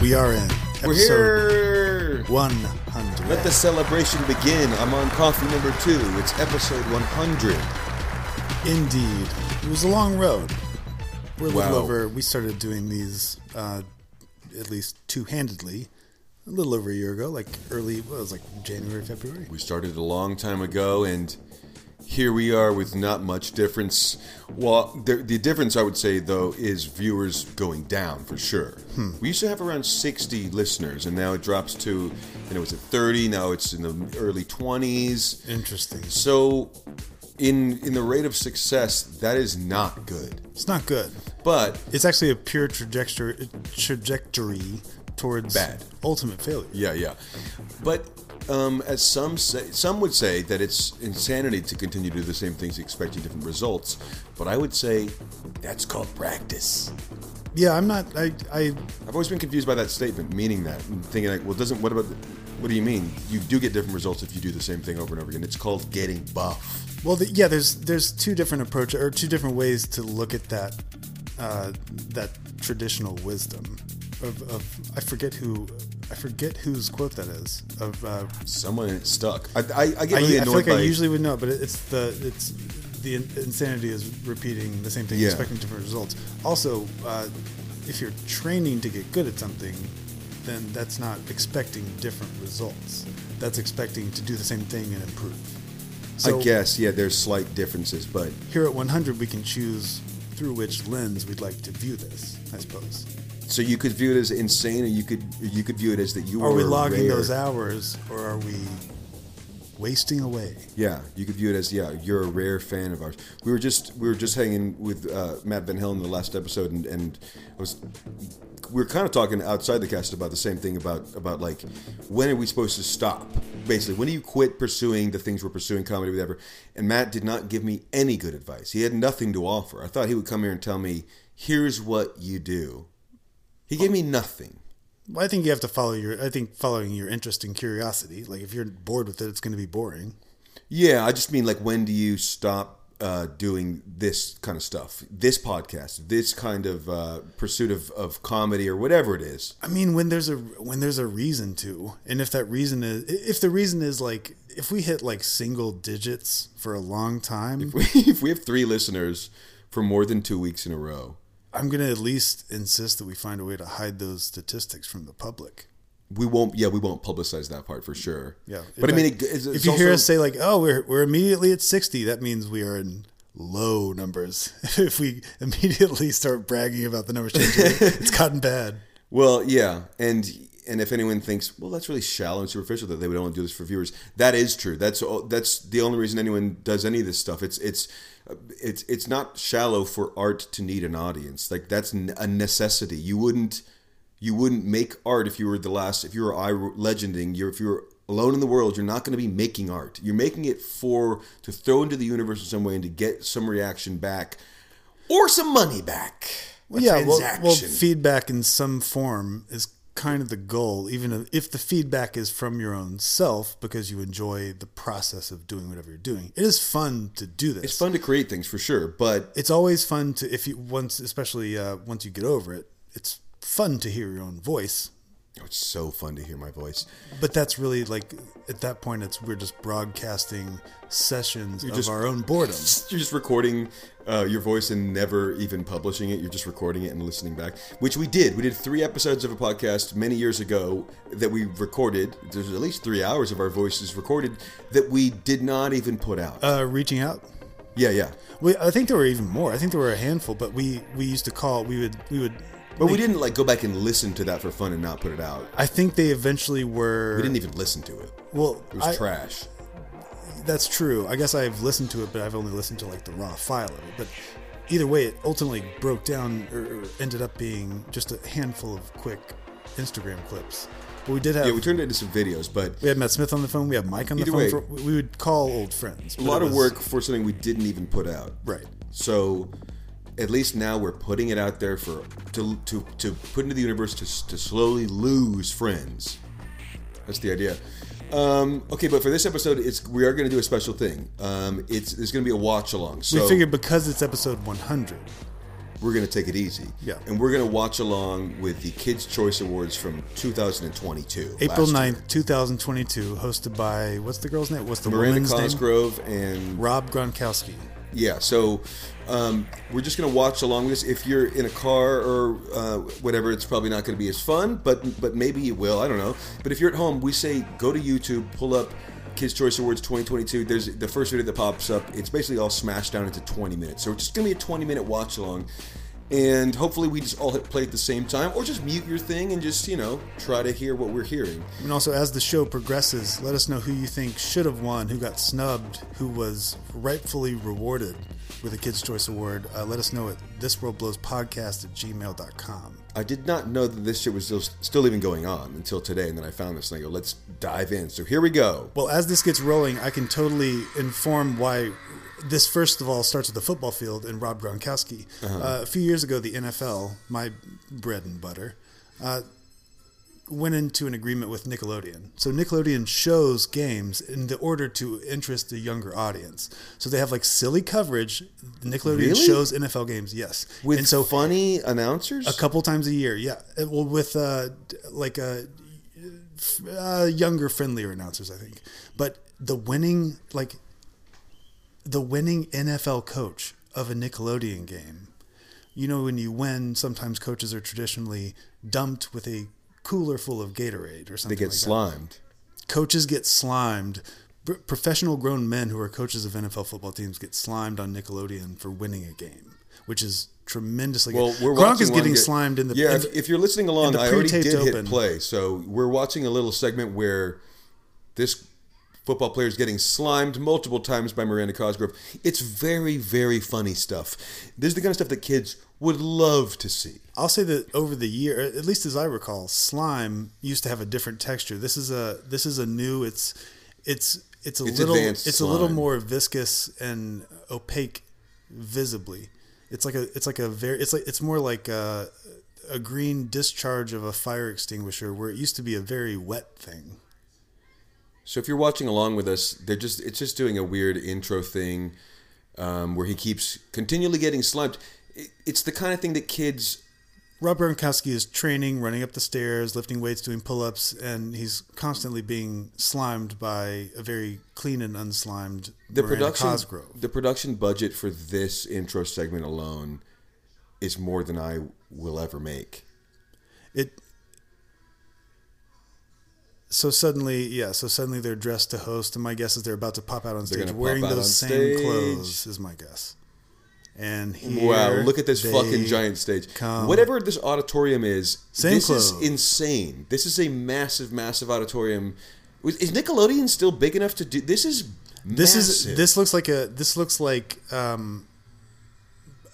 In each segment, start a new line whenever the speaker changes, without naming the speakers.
We are in
We're here.
100.
Let the celebration begin. I'm on coffee number two. It's episode 100.
Indeed. It was a long road. We're a little
Wow.
over, we started doing these uh, at least two handedly a little over a year ago, like early, well, it was like January, February.
We started a long time ago, and here we are with not much difference. Well, the, the difference I would say though is viewers going down for sure. We used to have around 60 listeners, and now it drops to, you know, it's at 30. Now it's in the early 20s.
Interesting.
So, in in the rate of success, that is not good.
It's not good.
But
It's actually a pure trajectory, trajectory towards
Bad.
ultimate failure.
Yeah, yeah. But um, as some say, some would say that it's insanity to continue to do the same things expecting different results. But I would say that's called practice.
Yeah, I'm not, I, I
I've always been confused by that statement, meaning that, and thinking like, well, doesn't what about? What do you mean? You do get different results if you do the same thing over and over again. It's called getting buff.
Well, the, yeah, there's there's two different approach or two different ways to look at that uh, that traditional wisdom of, of I forget who I forget whose quote that is of uh,
Someone it's stuck. I, I, I
I,
get really
I
annoyed
feel like
by.
I usually would know, but it, it's the it's the in- insanity is repeating the same thing,
Yeah.
expecting different results. Also, uh, if you're training to get good at something, then that's not expecting different results. That's expecting to do the same thing and improve.
I guess yeah, there's slight differences, but
here at 100 we can choose through which lens we'd like to view this i suppose
so you could view it as insane, or you could you could view it as that you
are we
were
logging
rare.
those hours or are we wasting away
Yeah, you could view it as yeah, you're a rare fan of ours. We were just we were just hanging with uh, Matt Van Helen in the last episode, and, and I was we were kind of talking outside the cast about the same thing about about like when are we supposed to stop? Basically, when do you quit pursuing the things we're pursuing, comedy, whatever? And Matt did not give me any good advice. He had nothing to offer. I thought he would come here and tell me, "Here's what you do." He gave me nothing.
well, i think you have to follow your i think following your interest and curiosity like if you're bored with it it's going to be boring
Yeah, I just mean like when do you stop uh, doing this kind of stuff, this podcast, this kind of uh, pursuit of, of comedy or whatever it is?
i mean when there's a when there's a reason to and if that reason is if the reason is like if we hit like single digits for a long time
if we have three listeners for more than two weeks in a row,
i'm going to at least insist that we find a way to hide those statistics from the public
we won't. Yeah, we won't publicize that part for sure.
Yeah,
but I
In
mean,
fact,
it, it's,
if
it's
you hear
also-
us say like, "Oh, we're we're immediately at 60," that means we are in low numbers. if we immediately start bragging about the numbers changing, it's gotten bad.
well, yeah, and and if anyone thinks, well, that's really shallow and superficial that they would only do this for viewers, that is true. That's all- that's the only reason anyone does any of this stuff. It's it's it's it's not shallow for art to need an audience. Like that's n- a necessity. You wouldn't you wouldn't make art if you were the last if you were I legending. You're if you're alone in the world, you're not going to be making art. You're making it for to throw into the universe in some way and to get some reaction back or some money back. A
yeah, well, well,
transaction.
feedback in some form is kind of the goal, even if the feedback is from your own self because you enjoy the process of doing whatever you're doing. It is fun to do this.
It's fun to create things for sure, but
it's always fun to if you once, especially uh, once you get over it. It's fun to hear your own voice
oh, it's so fun to hear my voice.
But that's really like at that point, it's we're just broadcasting sessions of
just-
our own boredom.
You're just recording uh, your voice and never even publishing it. You're just recording it and listening back, which we did. We did three episodes of a podcast many years ago that we recorded. There's at least three hours of our voices recorded that we did not even put out.
Uh, reaching out.
yeah, yeah.
We, I think there were even more. I think there were a handful, but we we used to call. We would we would.
But we didn't like go back and listen to that for fun and not put it out.
I think they eventually were.
We didn't even listen to it.
well,
It was
I-
trash.
that's true. I guess I've listened to it, but I've only listened to like the raw file of it. But either way, it ultimately broke down or, or ended up being just a handful of quick Instagram clips. But we did have
Yeah, we turned it into some videos, but
we had Matt Smith on the phone. We had Mike on the
Either
phone.
way-
for, we would call old friends.
a lot of work for something we didn't even put out.
Right.
So at least now we're putting it out there for to to, to put into the universe to, s- to slowly lose friends. That's the idea. Um, okay, but for this episode, it's we are going to do a special thing. Um, it's there's going to be a watch along. So
we figured because it's episode 100,
we're going to take it easy.
Yeah.
And we're going to watch along with the Kids' Choice Awards from 2022.
April
last year.
9th, 2022, hosted by, what's the girl's name? What's the
Miranda
woman's name?
Cosgrove and
Rob Gronkowski.
yeah so um, we're just going to watch along with this if you're in a car or uh, whatever it's probably not going to be as fun but but maybe it will i don't know but if you're at home we say go to youtube pull up kids choice awards 2022 there's the first video that pops up it's basically all smashed down into 20 minutes so it's just going to be a 20 minute watch along and hopefully we just all hit play at the same time or just mute your thing and just you know try to hear what we're hearing
And also, as the show progresses, let us know who you think should have won, who got snubbed, who was rightfully rewarded with a Kids' Choice Award. Uh, let us know at thisworldblowspodcast at gmail.com.
I did not know that this shit was still, still even going on until today, and then I found this and I go, let's dive in. So here we go.
Well, as this gets rolling, I can totally inform why this first of all starts with the football field and Rob Gronkowski.
Uh-huh.
uh a few years ago, the NFL, my bread and butter, uh, went into an agreement with Nickelodeon. So Nickelodeon shows games in the order to interest the younger audience. So they have like silly coverage. Nickelodeon
Really?
shows NFL games, yes.
With
and so
funny announcers?
a couple times a year, yeah. Uh, Well, with uh, d- like uh, f- uh, younger, friendlier announcers, I think. But the winning, like the winning NFL coach of a Nickelodeon game, you know, when you win, sometimes coaches are traditionally dumped with a cooler full of Gatorade or something.
they get
like that
slimed.
coaches get slimed. Pr- Professional grown men who are coaches of NFL football teams get slimed on Nickelodeon for winning a game, which is tremendously.
Well,
good.
we're
Gronk
watching
is getting
one get-
slimed in the
yeah.
in
if,
the-
if you're listening along,
the
I already
pre-taped
did hit
open.
play. So we're watching a little segment where this football player is getting slimed multiple times by Miranda Cosgrove. It's very, very funny stuff. This is the kind of stuff that kids would love to see.
I'll say that over the year, at least as I recall, slime used to have a different texture. This is a this is a new. It's it's it's a
It's
little it's
advanced
a little
slime.
more viscous and opaque, visibly. It's like a it's like a very it's like it's more like a, a green discharge of a fire extinguisher where it used to be a very wet thing.
So if you're watching along with us, they're just it's just doing a weird intro thing um, where he keeps continually getting slumped. It, it's the kind of thing that kids
Rob Gronkowski is training, running up the stairs, lifting weights, doing pull-ups, and he's constantly being slimed by a very clean and unslimed
the
Miranda
production
Cosgrove.
the production budget for this intro segment alone is more than I will ever make.
it so suddenly yeah so suddenly they're dressed to host and my guess is they're about to pop out on stage
gonna pop
wearing
out
those same
on stage.
clothes is my guess and
wow,
here
look at this
they-
fucking giant stage.
come.
Whatever this auditorium is,
Same
this
clothes.
is insane. This is a massive massive auditorium. Is Nickelodeon still big enough to do this is
this
massive.
is this looks like a this looks like um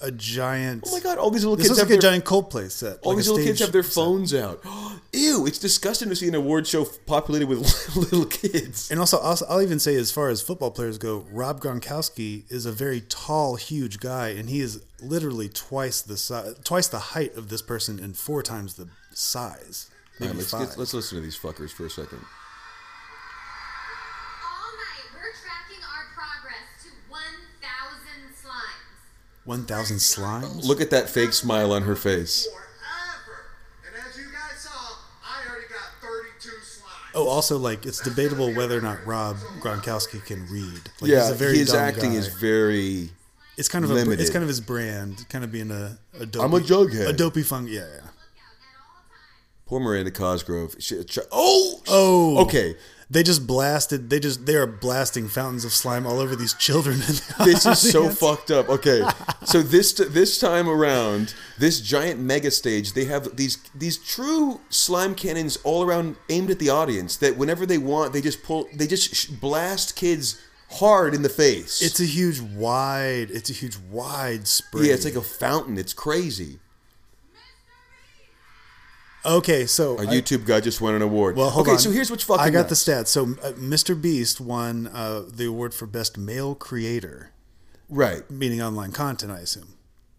a giant
Oh my god, all these little
this looks
kids have
like a
their-
giant Coldplay set
All
like a
these little kids
stage
have their
set.
phones out. Ew, it's disgusting to see an award show populated with little kids.
and also, also, I'll even say, as far as football players go, Rob Gronkowski is a very tall, huge guy, and he is literally twice the size, twice the height of this person, and four times the size. Maybe
Alright, let's,
five.
get, let's listen to these fuckers for a second.
All night, we're tracking our progress to 1,000 slimes.
One thousand slimes.
Look at that fake smile on her face.
Forever. And as you guys saw, I already got 32 slides.
Oh, also, like it's debatable whether or not Rob Gronkowski can read. Like,
yeah, his
dumb
acting
guy.
is very.
it's kind of a,
limited.
it's kind of his brand, kind of being a, a dopey,
I'm a jughead.
a dopey funk. Yeah, yeah.
Look out at all times.
Poor Miranda Cosgrove. She, ch- oh!
Oh.
Okay.
They just blasted. They just they are blasting fountains of slime all over these children. in the
This is so
audience.
fucked up. Okay, so this this time around, this giant mega stage, they have these these true slime cannons all around aimed at the audience. That whenever they want, they just pull, they just sh- blast kids hard in the face.
It's a huge wide. It's a huge wide spread.
yeah, it's like a fountain. It's crazy.
okay. So
A
I-
YouTube guy just won an award.
well, hold
okay,
on.
so here's what's fucking.
I got
nuts.
the stats. So uh, Mr. Beast won uh, the award for best male creator,
right.
meaning online content. I assume.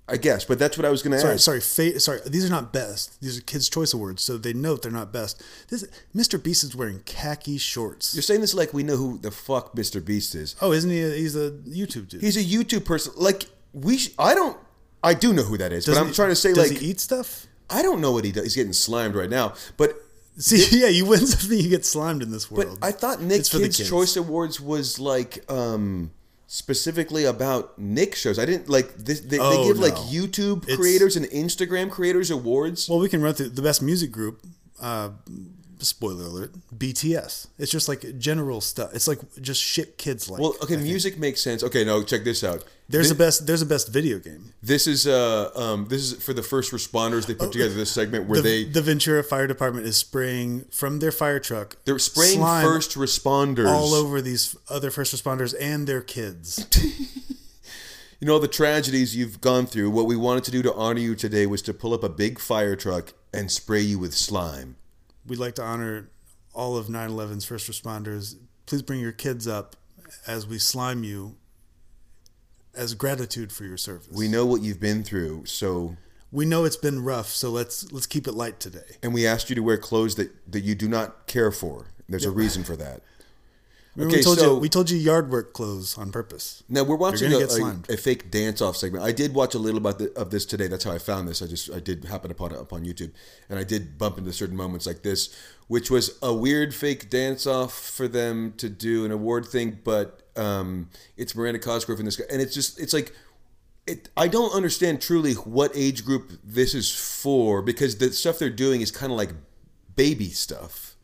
I guess, but that's what I was gonna
Sorry,
ask.
sorry, fa- sorry. These are not best. These are Kids' Choice Awards, so they note they're not best. This Mr. Beast is wearing khaki shorts.
You're saying this like we know who the fuck Mr. Beast is.
Oh, isn't he? A, he's a YouTube dude.
He's a YouTube person. Like we, sh- I don't. I do know who that is,
Does
but I'm
he-
trying to say
does
like
he eat stuff?
I don't know what he does. He's getting slimed right now, but
See, yeah, you win something, you get slimed in this
but
world.
I thought Nick
It's for the
Kids,
kids.
Choice Awards was like um specifically about Nick shows. I didn't like this, they, they
Oh,
give like
no.
YouTube
It's-
creators and Instagram creators awards.
well, we can run through the best music group. Uh, spoiler alert: BTS. It's just like general stuff. It's like just shit kids like.
Well, okay,
I think.
music makes sense. Okay, now check this out.
There's
Thi-
a best. There's a best video game.
This is uh um this is for the first responders. They put together this segment where
Oh, the,
they
the Ventura Fire Department is spraying from their fire truck.
they're spraying
slime
first responders
all over these other first responders and their kids.
You know the tragedies you've gone through. What we wanted to do to honor you today was to pull up a big fire truck and spray you with slime.
We'd like to honor all of 9/11's first responders. Please bring your kids up as we slime you as gratitude for your service.
We know what you've been through, so
we know it's been rough, so let's let's keep it light today.
and we asked you to wear clothes that that you do not care for. There's a reason for that.
Remember
Okay,
we told
so-
you we told you yard work clothes on purpose.
Now we're watching a,
gonna get
a,
slimed.
a fake dance-off segment. I did watch a little about the, of this today. That's how I found this. I just I did happen upon it up on YouTube, and I did bump into certain moments like this, which was a weird fake dance-off for them to do an award thing. But um, it's Miranda Cosgrove and this guy, and it's just it's like it, I don't understand truly what age group this is for because the stuff they're doing is kind of like baby stuff.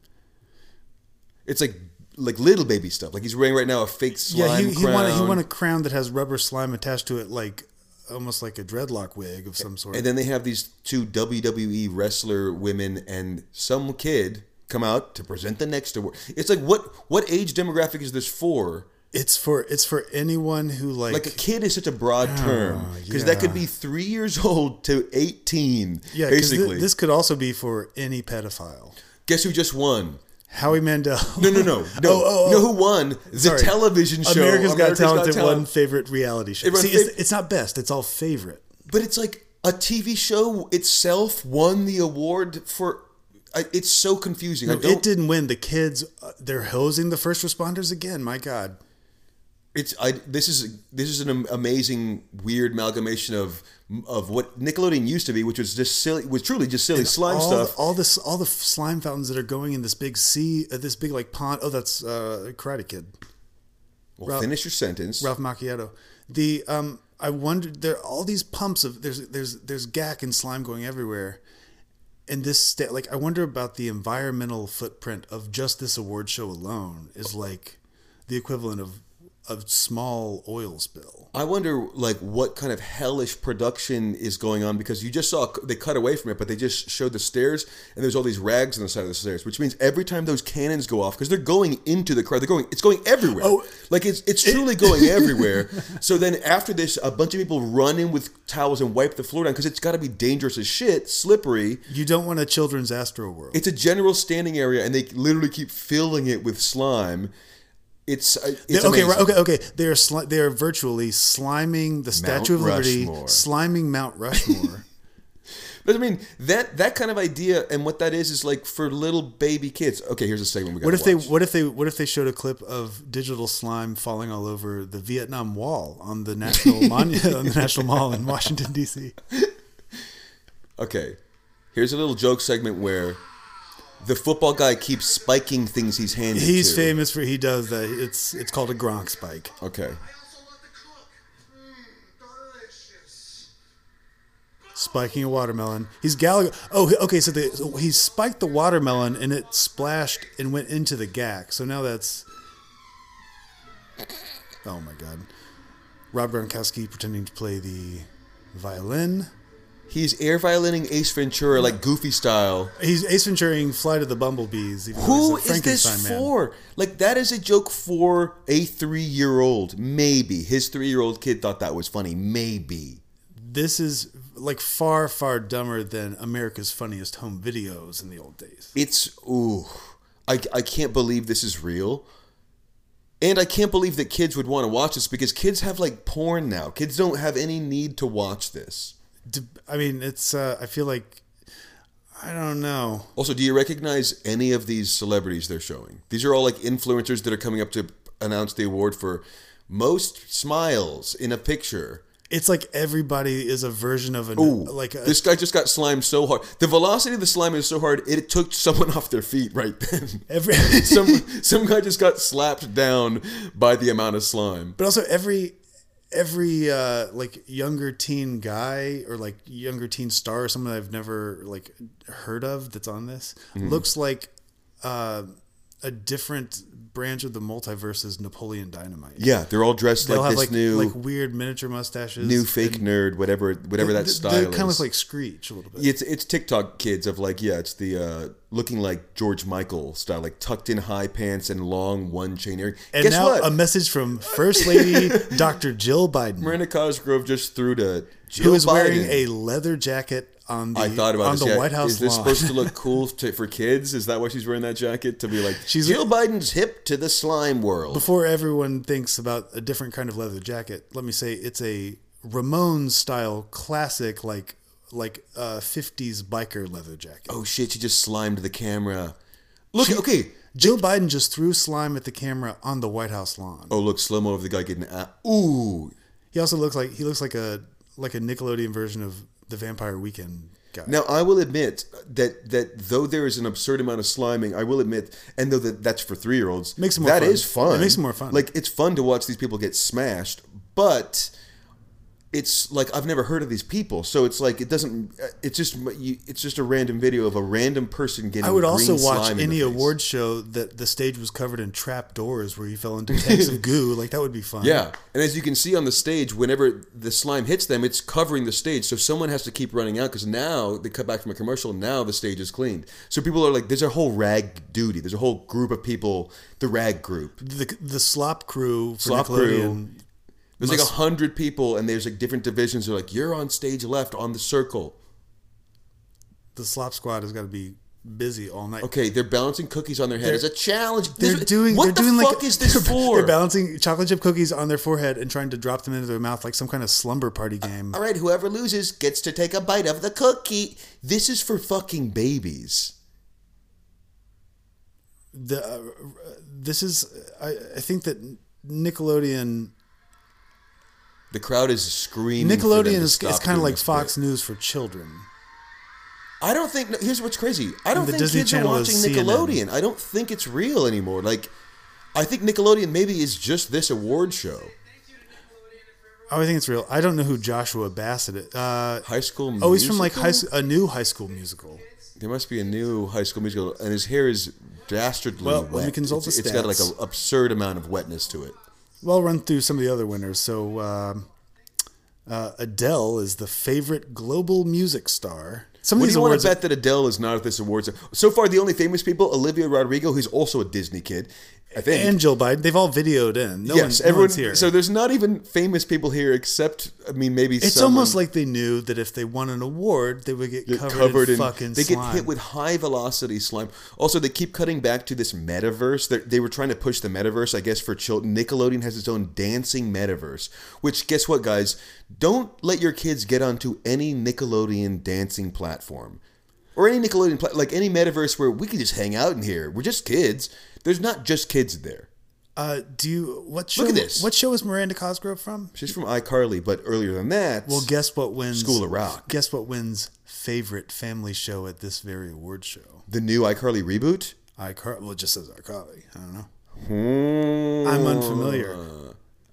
It's like like little baby stuff. Like he's wearing right now a fake slime
yeah, he, he
crown.
won a, he won a crown that has rubber slime attached to it, like almost like a dreadlock wig of some sort.
And then they have these two WWE wrestler women and some kid come out to present the next award. It's like what what age demographic is this for?
It's for it's for anyone who like,
Like a kid is such a broad term because that could
Ah, yeah.
be three years old to eighteen.
yeah. 'cause thi-
basically.
this could also be for any pedophile.
Guess who just won?
Howie Mandel.
No, no, no, no.
Oh, oh,
You know
oh.
who won? The
Sorry.
television show.
America's Got Talent
Got
Talented one favorite reality show.
It was
See, it's,
fav-
it's not best. It's all favorite.
But it's like a TV show itself won the award for. I, it's so confusing. I don't.
It didn't win. The kids, uh, they're hosing the first responders again. My God.
it's I this is this is an am- amazing weird amalgamation of of what Nickelodeon used to be, which was just silly, was truly just silly slime
all,
stuff.
all this, all the slime fountains that are going in this big sea, uh, this big like pond. Oh, that's uh, Karate Kid.
well,
Ralph-
finish your sentence.
Ralph Macchiato. The um, I wondered there are all these pumps of there's there's there's gack and slime going everywhere, and this sta- like I wonder about the environmental footprint of just this award show alone is like the equivalent of a small oil spill.
I wonder like what kind of hellish production is going on because you just saw they cut away from it, but they just showed the stairs and there's all these rags on the side of the stairs, which means every time those cannons go off because they're going into the crowd, they're going it's going everywhere.
Oh.
like it's it's truly going everywhere. So then after this, a bunch of people run in with towels and wipe the floor down because it's got to be dangerous as shit, slippery.
You don't want a children's Astro World.
It's a general standing area, and they literally keep filling it with slime. It's, uh, it's
okay, right,
amazing.
okay, okay. They are sli- they are virtually sliming the Statue of Liberty,
Rushmore.
sliming Mount Rushmore.
But I mean that that kind of idea and what that is is like for little baby kids. Okay, here's a segment we got.
What if they what if they what if they showed a clip of digital slime falling all over the Vietnam Wall on the National Monument on the National Mall in Washington D.C.
Okay, here's a little joke segment where the football guy keeps spiking things he's handed.
He's
to.
famous for he does that. It's it's called a Gronk spike.
Okay,
I also love to cook. Mmm, delicious.
Spiking a watermelon. He's Gallagher. Oh, okay. So, the, so he spiked the watermelon and it splashed and went into the gack. So now that's. Oh my God. Rob Gronkowski pretending to play the violin.
he's air violining Ace Ventura like Goofy style.
He's Ace Venturing Flight of the Bumblebees. Even though
Who
he's a
is this
Frankenstein man.
for? Like that is a joke for a three-year-old. Maybe his three-year-old kid thought that was funny. Maybe.
This is like far, far dumber than America's Funniest Home Videos in the old days.
It's ooh, I I can't believe this is real, and I can't believe that kids would want to watch this because kids have like porn now. Kids don't have any need to watch this.
D- I mean, it's. Uh, I feel like. I don't know.
Also, do you recognize any of these celebrities they're showing? These are all like influencers that are coming up to announce the award for most smiles in a picture.
it's like everybody is a version of an
Ooh,
like uh, a,
this guy just got slimed so hard. The velocity of the slime is so hard it took someone off their feet right then.
every
some some guy just got slapped down by the amount of slime.
but also every every uh like younger teen guy or like younger teen star or someone I've never like heard of that's on this
Mm-hmm.
looks like uh a different branch of the multiverse is Napoleon Dynamite.
Yeah, they're all dressed
They'll
like
have
this
like
new
like weird miniature mustaches.
new fake nerd, whatever whatever that style
They
is.
kind of look like Screech a little bit.
it's it's TikTok kids of like yeah, it's the uh, looking like George Michael style, like tucked in high pants and long one chain earring.
And
Guess
now
what?
a message from First Lady Dr. Jill Biden,
Miranda Cosgrove just threw to Jill
who is wearing a
Biden.
leather jacket on the
I thought about
on
this,
the
yeah.
White House
Is this
lawn.
supposed to look cool to, for kids? Is that why she's wearing that jacket to be like
She's-
Jill Biden's hip to the slime world?
Before everyone thinks about a different kind of leather jacket, let me say it's a Ramones style classic, like like uh, 50s biker leather jacket.
oh shit! She just slimed the camera. Look, okay.
Jill Biden just threw slime at the camera on the White House lawn.
Oh look, slow mo of the guy getting out. Ooh.
He also looks like he looks like a like a Nickelodeon version of the Vampire Weekend guy.
Now I will admit that that though there is an absurd amount of sliming, I will admit, and though that, that's for three year olds,
Makes it more
that
fun.
is fun.
It makes it more fun.
Like it's fun to watch these people get smashed, but it's like I've never heard of these people, so it's like it doesn't. uh, It's just you, it's just a random video of a random person getting.
I would
green
also watch
slime in
any
the face.
award show that the stage was covered in trap doors where you fell into tanks of goo. Like that would be fun.
Yeah, and as you can see on the stage, whenever the slime hits them, it's covering the stage. So someone has to keep running out because now they cut back from a commercial. Now the stage is cleaned. So people are like, "There's a whole rag duty. There's a whole group of people. The rag group.
The the slop crew for
Slop
Nickelodeon.
There's like
Must-
a hundred people, and there's like different divisions. They're like, you're on stage left on the circle.
The slop squad has got to be busy all night.
Okay, they're balancing cookies on their head. it's a challenge.
They're
This-
doing.
What
they're
the
doing
fuck
like,
is this
they're,
for?
They're balancing chocolate chip cookies on their forehead and trying to drop them into their mouth like some kind of slumber party game.
All right, whoever loses gets to take a bite of the cookie. This is for fucking babies.
the uh, this is I, I think that Nickelodeon
The crowd is screaming. for them to
Nickelodeon is,
stop
is kind of
doing
like
this
Fox
bit.
News for children.
I don't think. no, Here's what's crazy. I don't
the
think
Disney
kids
Channel
are
is
watching
CNN.
Nickelodeon. I don't think it's real anymore. Like, I think Nickelodeon maybe is just this award show.
Oh, I think it's real. I don't know who Joshua Bassett is. Uh,
High School.
oh, he's from like
Musical?
high sch- a new High School Musical.
There must be a new High School Musical, and his hair is dastardly
Well,
wet.
when we consult
it's,
the
it's got like an
stats-
absurd amount of wetness to it.
Well, I'll run through some of the other winners. So um, uh, Adele is the favorite global music star. Some of
What do
these
you want
awards
to bet that Adele is not at this awards? So far, the only famous people: Olivia Rodrigo, who's also a Disney kid, I think,
and Jill Biden, they've all videoed in. No,
yes,
one, no
everyone's
one's here.
So there's not even famous people here, except I mean, maybe
it's almost like they knew that if they won an award, they would get covered, in, fucking
they
slime.
get hit with high velocity slime. Also, they keep cutting back to this metaverse. they they were trying to push the metaverse, I guess, for children. Nickelodeon has its own dancing metaverse. Which, guess what, guys? Don't let your kids get onto any Nickelodeon dancing platform or any Nickelodeon pla- like any metaverse where we can just hang out in here. We're just kids. There's not just kids there.
Uh, do you what show?
Look at this.
What show is Miranda Cosgrove from?
She's from iCarly, but earlier than that,
Well, guess what wins
School of Rock.
Guess what wins favorite family show at this very award show?
the new iCarly reboot.
iCarly. Well, it just says iCarly. I don't know.
Hmm.
I'm unfamiliar.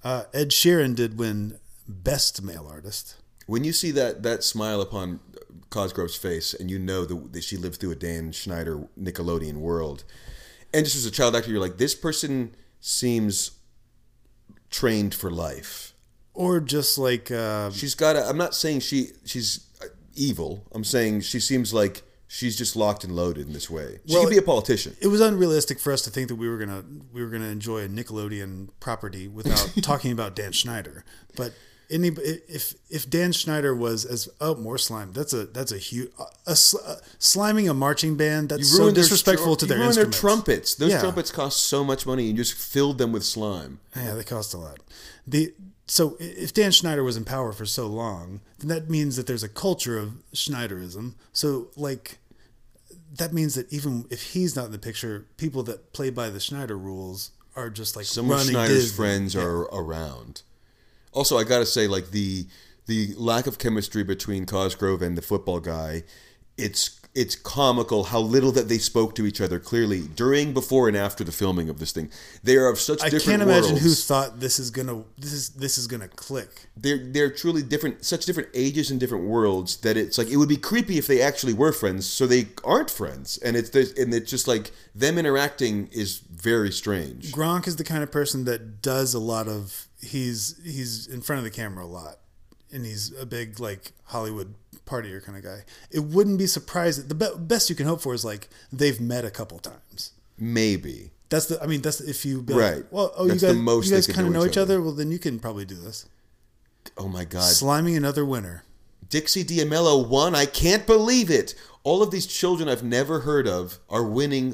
Uh, Ed Sheeran did win Best Male Artist.
When you see that that smile upon Cosgrove's face, and you know that that she lived through a Dan Schneider Nickelodeon world, and just as a child actor, you're like, this person seems trained for life.
Or just like uh,
She's got. A, I'm not saying she she's uh, evil. I'm saying she seems like she's just locked and loaded in this way. She
Well,
could be a politician.
it was unrealistic for us to think that we were gonna we were gonna enjoy a Nickelodeon property without talking about Dan Schneider. But any if if Dan Schneider was as oh more slime that's a that's a huge a, sl- uh sliming a marching band that's so
ruined their
disrespectful
str-
to
you
their
ruined
instruments.
their trumpets. Those
Yeah.
trumpets cost so much money, and you just filled them with slime.
Yeah, they cost a lot. The so i- if Dan Schneider was in power for so long, then that means that there's a culture of Schneiderism. So like that means that even if he's not in the picture, people that play by the Schneider rules are just like
Some of
running
Schneider's
Disney.
friends are around. Also, I gotta say, like the the lack of chemistry between Cosgrove and the football guy. It's it's comical how little that they spoke to each other clearly during, before, and after the filming of this thing. They are of such
I
different.
can't imagine
worlds.
who thought this is gonna this is this is gonna click.
they're they're truly different such different ages and different worlds that it's like it would be creepy if they actually were friends so they aren't friends and it's there's- and it's just like them interacting is very strange
Gronk is the kind of person that does a lot of he's he's in front of the camera a lot and he's a big like Hollywood partier kind of guy. It wouldn't be surprising. The be- best you can hope for is like they've met a couple times.
maybe
That's the I mean that's if you be
Right.
Like, well, oh
That's
you
the
guys
most
you guys
they could
kind of
do
know
each
each other. Well, then you can probably do this.
oh my god
Sliming another winner.
Dixie D'Amello won I can't believe it all of these children I've never heard of are winning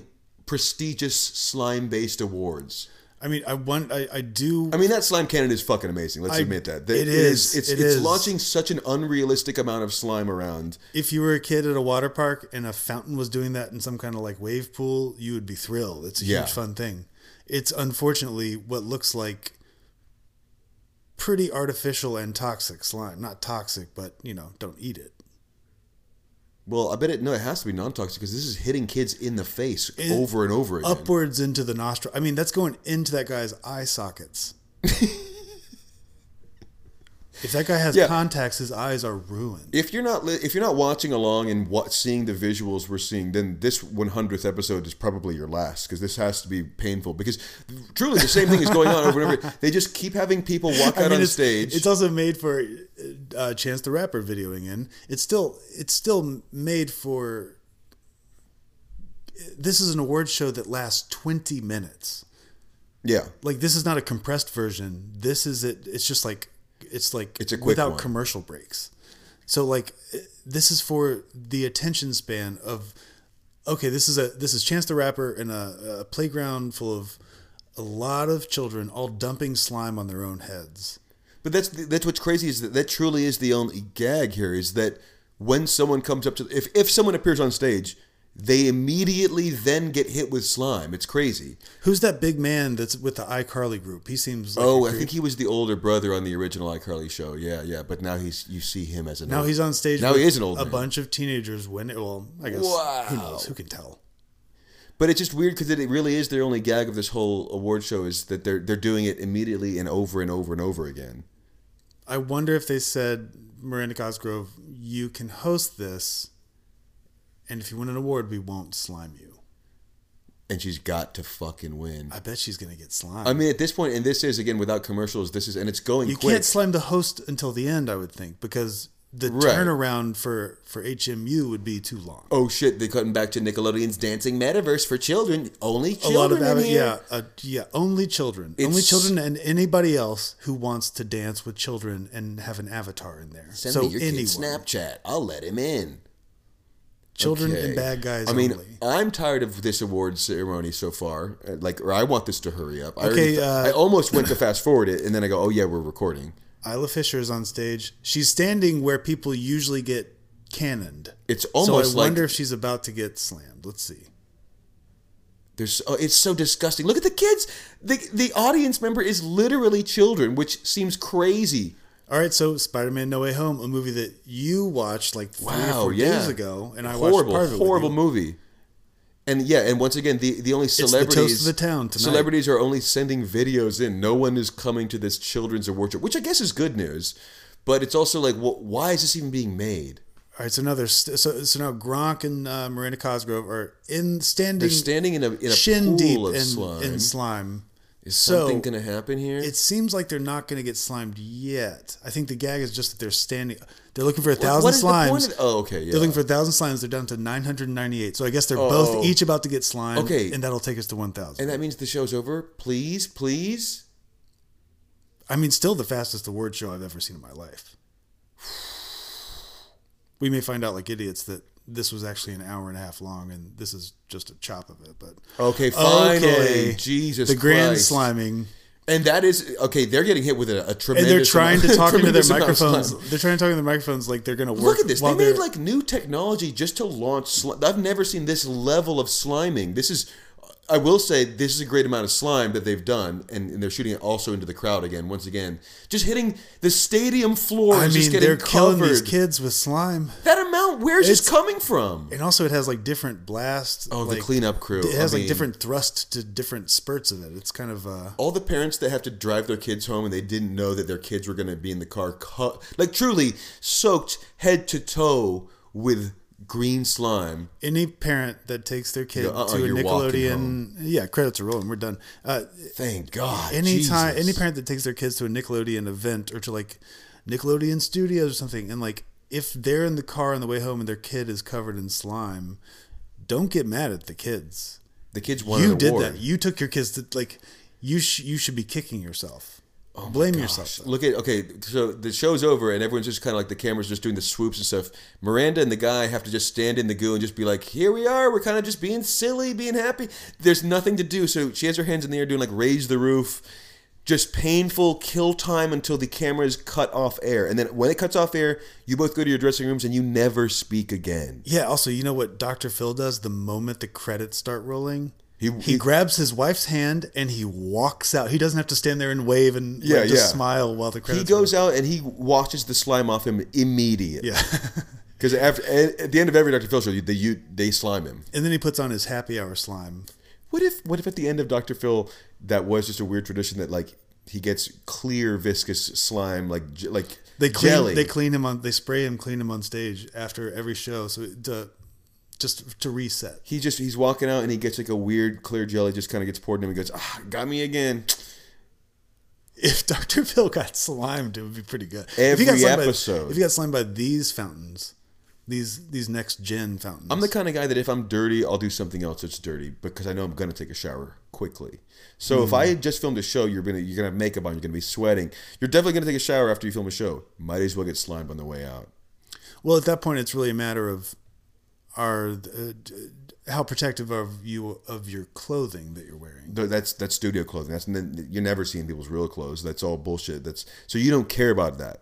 prestigious slime based awards
I mean, I want I, I do
I mean, that slime cannon is fucking amazing. Let's
I-
admit that.
it is,
It's,
it
it's
is.
launching such an unrealistic amount of slime around.
if you were a kid at a water park and a fountain was doing that in some kind of like wave pool, you would be thrilled. It's a
Yeah.
huge fun thing. It's unfortunately what looks like pretty artificial and toxic slime. Not toxic, but you know, don't eat it.
Well, I bet it. No, it has to be non-toxic because this is hitting kids in the face
It-
over and over again.
Upwards into the nostril. I mean, that's going into that guy's eye sockets. if that guy has
Yeah.
contacts, his eyes are ruined.
If you're not li- if you're not watching along and what, seeing the visuals we're seeing, then this 100th episode is probably your last because this has to be painful. Because truly, the same thing is going on over and over. They just keep having people walk out
I mean,
on
it's,
stage.
It's also made for uh, Chance the Rapper videoing in. It's still it's still made for. This is an award show that lasts twenty minutes.
yeah,
Like this is not a compressed version. This is it. It's just like it's like
It's a quick
without
one.
commercial breaks. So like this is for the attention span of okay. This is a this is Chance the Rapper in a, a playground full of a lot of children all dumping slime on their own heads.
But that's that's what's crazy is that that truly is the only gag here is that when someone comes up to if if someone appears on stage, they immediately then get hit with slime. It's crazy.
Who's that big man that's with the iCarly group? He seems like
Oh,
a
I
creep.
think he was the older brother on the original iCarly show. Yeah, yeah. But now he's you see him as an
now
old-
he's on stage.
Now
with
he is an old
A
man.
bunch of teenagers win it. Well, I guess who
Wow.
knows? Who can tell?
But it's just weird because it, it really is their only gag of this whole award show is that they're they're doing it immediately and over and over and over again.
I wonder if they said Miranda Cosgrove, you can host this, and if you win an award, we won't slime you.
And she's got to fucking win.
I bet she's gonna get slimed.
I mean, at this point, and this is again without commercials. This is and it's going
you
quick.
can't slime the host until the end. I would think because the
Right.
turnaround for for HMU would be too long.
oh shit, they're cutting back to Nickelodeon's Dancing Metaverse for children. Only
a
children.
lot of
in
avid,
here.
yeah, uh, yeah, only children, only
It's-
children, and anybody else who wants to dance with children and have an avatar in there.
Send
so
me your
anyone,
kid's Snapchat. I'll let him in.
children
Okay.
and bad guys.
I mean,
only.
I'm tired of this award ceremony so far. Uh, Like, or I want this to hurry up. I, already
Okay,
th-
uh,
I almost went to fast forward it, and then I go, "Oh yeah, we're recording."
Isla Fisher is on stage. She's standing where people usually get cannoned.
It's almost
So I wonder
like-
if she's about to get slammed. Let's see.
There's, oh, it's so disgusting. Look at the kids. The the audience member is literally children, which seems crazy.
All right, so Spider-Man: No Way Home, a movie that you watched like three or
Wow,
four
yeah.
days ago, and I
horrible,
watched part of it. with
horrible
you.
movie. And yeah, and once again, the, the only
the
celebrities
toast of the town tonight.
celebrities are only sending videos in. No one is coming to this children's award show, which I guess is good news. But it's also like, wh- why is this even being made?
All right, so now there's so, so now Gronk and uh, Miranda Cosgrove are in standing.
They're standing in a in a
shin
pool
deep
of
in,
slime.
in slime.
is
so-
something going to happen here?
It seems like they're not going to get slimed yet. I think the gag is just that they're standing. They're looking for a thousand
what is the
slimes.
point of- oh, okay, yeah.
They're looking for a thousand slimes. They're down to nine hundred ninety-eight. So I guess they're
Oh.
both each about to get slimed.
Okay.
and that'll take us to one thousand.
and that means the show's over. Please, please.
I mean, still the fastest award show I've ever seen in my life. We may find out like idiots that this was actually an hour and a half long, and this is just a chop of it. But
Okay, finally, Jesus,
the grand
Christ.
sliming.
And that is okay. They're getting hit with a, a tremendous.
and they're trying
amount-
to talk into their
tremendous amount of
microphones.
slime.
They're trying to talk into their microphones like they're going to work.
Look at this.
while
they made
they're-
like new technology just to launch slime. I've never seen this level of sliming. This is I will say this is a great amount of slime that they've done, and, and they're shooting it also into the crowd again. Once again, just hitting the stadium floor.
I
is just
mean,
getting
they're killing these
covered.
kids with slime,
That amount, where's
It's-
it coming from?
and also it has like different blasts.
Oh, the
like,
cleanup crew.
It
I
has like
mean-
different thrust to different spurts of it. It's kind of uh,
all the parents that have to drive their kids home and they didn't know that their kids were going to be in the car, co- like truly soaked head to toe with green slime.
any parent that takes their kid
Yeah, uh-uh,
to a
you're walking
Nickelodeon.
home.
Yeah, credits are rolling. We're done. Uh,
Thank God.
any time,
Jesus.
any parent that takes their kids to a Nickelodeon event or to like Nickelodeon Studios or something, and like if they're in the car on the way home and their kid is covered in slime, don't get mad at the kids.
the kids won
you
an
did
award.
that. You took your kids to like you. Sh- you should be kicking yourself.
Oh
Blame yourself. though.
Look at okay, so the show's over and everyone's just kind of like the camera's just doing the swoops and stuff. Miranda and the guy have to just stand in the goo and just be like, "Here we are. We're kind of just being silly, being happy. There's nothing to do." So she has her hands in the air doing like raise the roof. Just painful kill time until the camera is cut off air. And then when it cuts off air, you both go to your dressing rooms and you never speak again.
Yeah. Also, you know what Dr. Phil does the moment the credits start rolling. He,
He-
he,
he-
grabs his wife's hand and he walks out. He doesn't have to stand there and wave and like,
Yeah,
just
yeah.
smile while the
He
credits.
goes out and he washes the slime off him immediately.
roll. Yeah.
Because after at at the end of every Dr. Phil show, they you, they slime him.
and then he puts on his happy hour slime.
What if what if at the end of Dr. Phil that was just a weird tradition that like he gets clear viscous slime like j- like
They clean.
jelly.
They clean him on. They spray him, clean him on stage after every show. So it- to, just to reset.
he just he's walking out and he gets like a weird clear jelly just kind of gets poured in him and goes ah got me again.
If Dr. Phil got slimed, it would be pretty good. if
Every
he got slimed
episode.
By, if he got slimed by these fountains, these these next gen fountains.
I'm the kind of guy that if I'm dirty, I'll do something else that's dirty because I know I'm gonna take a shower quickly. So if
Hmm.
I had just filmed a show, you're gonna you're gonna have makeup on, you're gonna be sweating, you're definitely gonna take a shower after you film a show. Might as well get slimed on the way out.
Well, at that point, it's really a matter of are uh, d- how protective are you of your clothing that you're wearing.
Th- that's that's studio clothing. That's you're never seeing people's real clothes. That's all bullshit. That's so you don't care about that.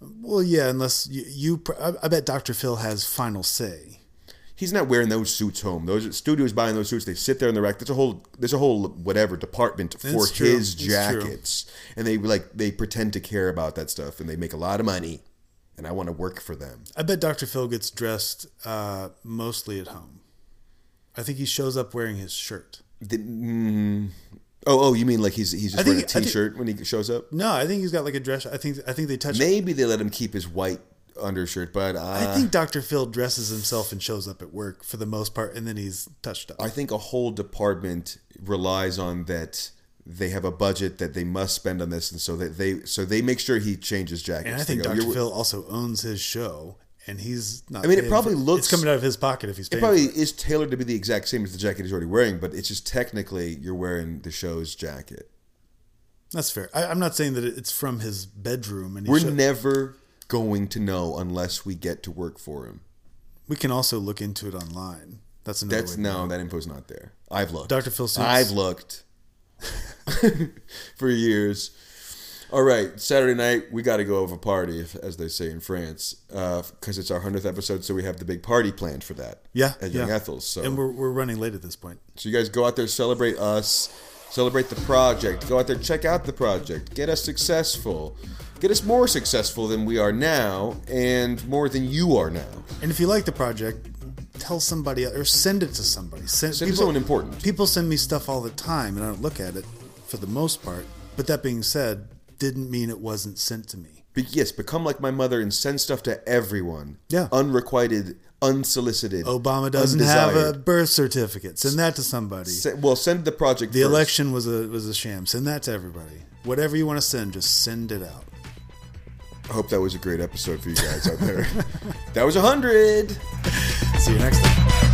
Well, yeah, unless you, you pr- I, I bet Dr. Phil has final say.
He's not wearing those suits home. Those studios buying those suits. They sit there in the rack. There's a whole there's a whole whatever department for
That's true.
his
That's true.
jackets, and they like they pretend to care about that stuff, and they make a lot of money. And I want to work for them.
I bet Dr. Phil gets dressed uh, mostly at home. I think he shows up wearing his shirt.
The- mm, oh, oh, you mean like he's he's just
I think-
wearing a
I think-
t-shirt when he shows up?
No, I think he's got like a dress. I think I think they touch.
Maybe they let him keep his white undershirt, but uh,
I think Dr. Phil dresses himself and shows up at work for the most part, and then he's touched up.
I think a whole department relies on that they have a budget that they must spend on this, and so that they so they make sure he changes jackets.
and I
They
think
go,
Dr.
"You're-
Phil also owns his show, and he's not.
I mean, it
paying
probably
for-
looks-
it's coming out of his pocket if he's
It
paying.
probably
Probably,
is tailored to be the exact same as the jacket he's already wearing, but it's just technically you're wearing the show's jacket.
That's fair. I, I'm not saying that it's from his bedroom, and he
We're
show-
never going to know unless we get to work for him.
we can also look into it online. That's another.
That's
way.
no, that info's not there. I've looked.
Dr. Phil suits.
I've looked for years. All right, Saturday night we got to go have a party, if, as they say in France, because it's our hundredth episode, so we have the big party planned for that.
Yeah,
at
yeah.
Young Ethel's. So,
and we're we're running late at this point.
so you guys go out there, celebrate us, celebrate the project. Go out there, check out the project, get us successful, get us more successful than we are now, and more than you are now.
And if you like the project, tell somebody or send it to somebody. Send,
Send it to someone important.
People send me stuff all the time, and I don't look at it for the most part. But that being said, didn't mean it wasn't sent to me.
Be- yes, become like my mother and send stuff to everyone.
Yeah.
Unrequited, unsolicited.
Obama doesn't have a
undesired.
birth certificate. Send that to somebody.
Se- well, send the project.
the
first.
election was a was a sham. Send that to everybody. Whatever you want to send, just send it out.
I hope that was a great episode for you guys out there. that was a hundred.
See you next time.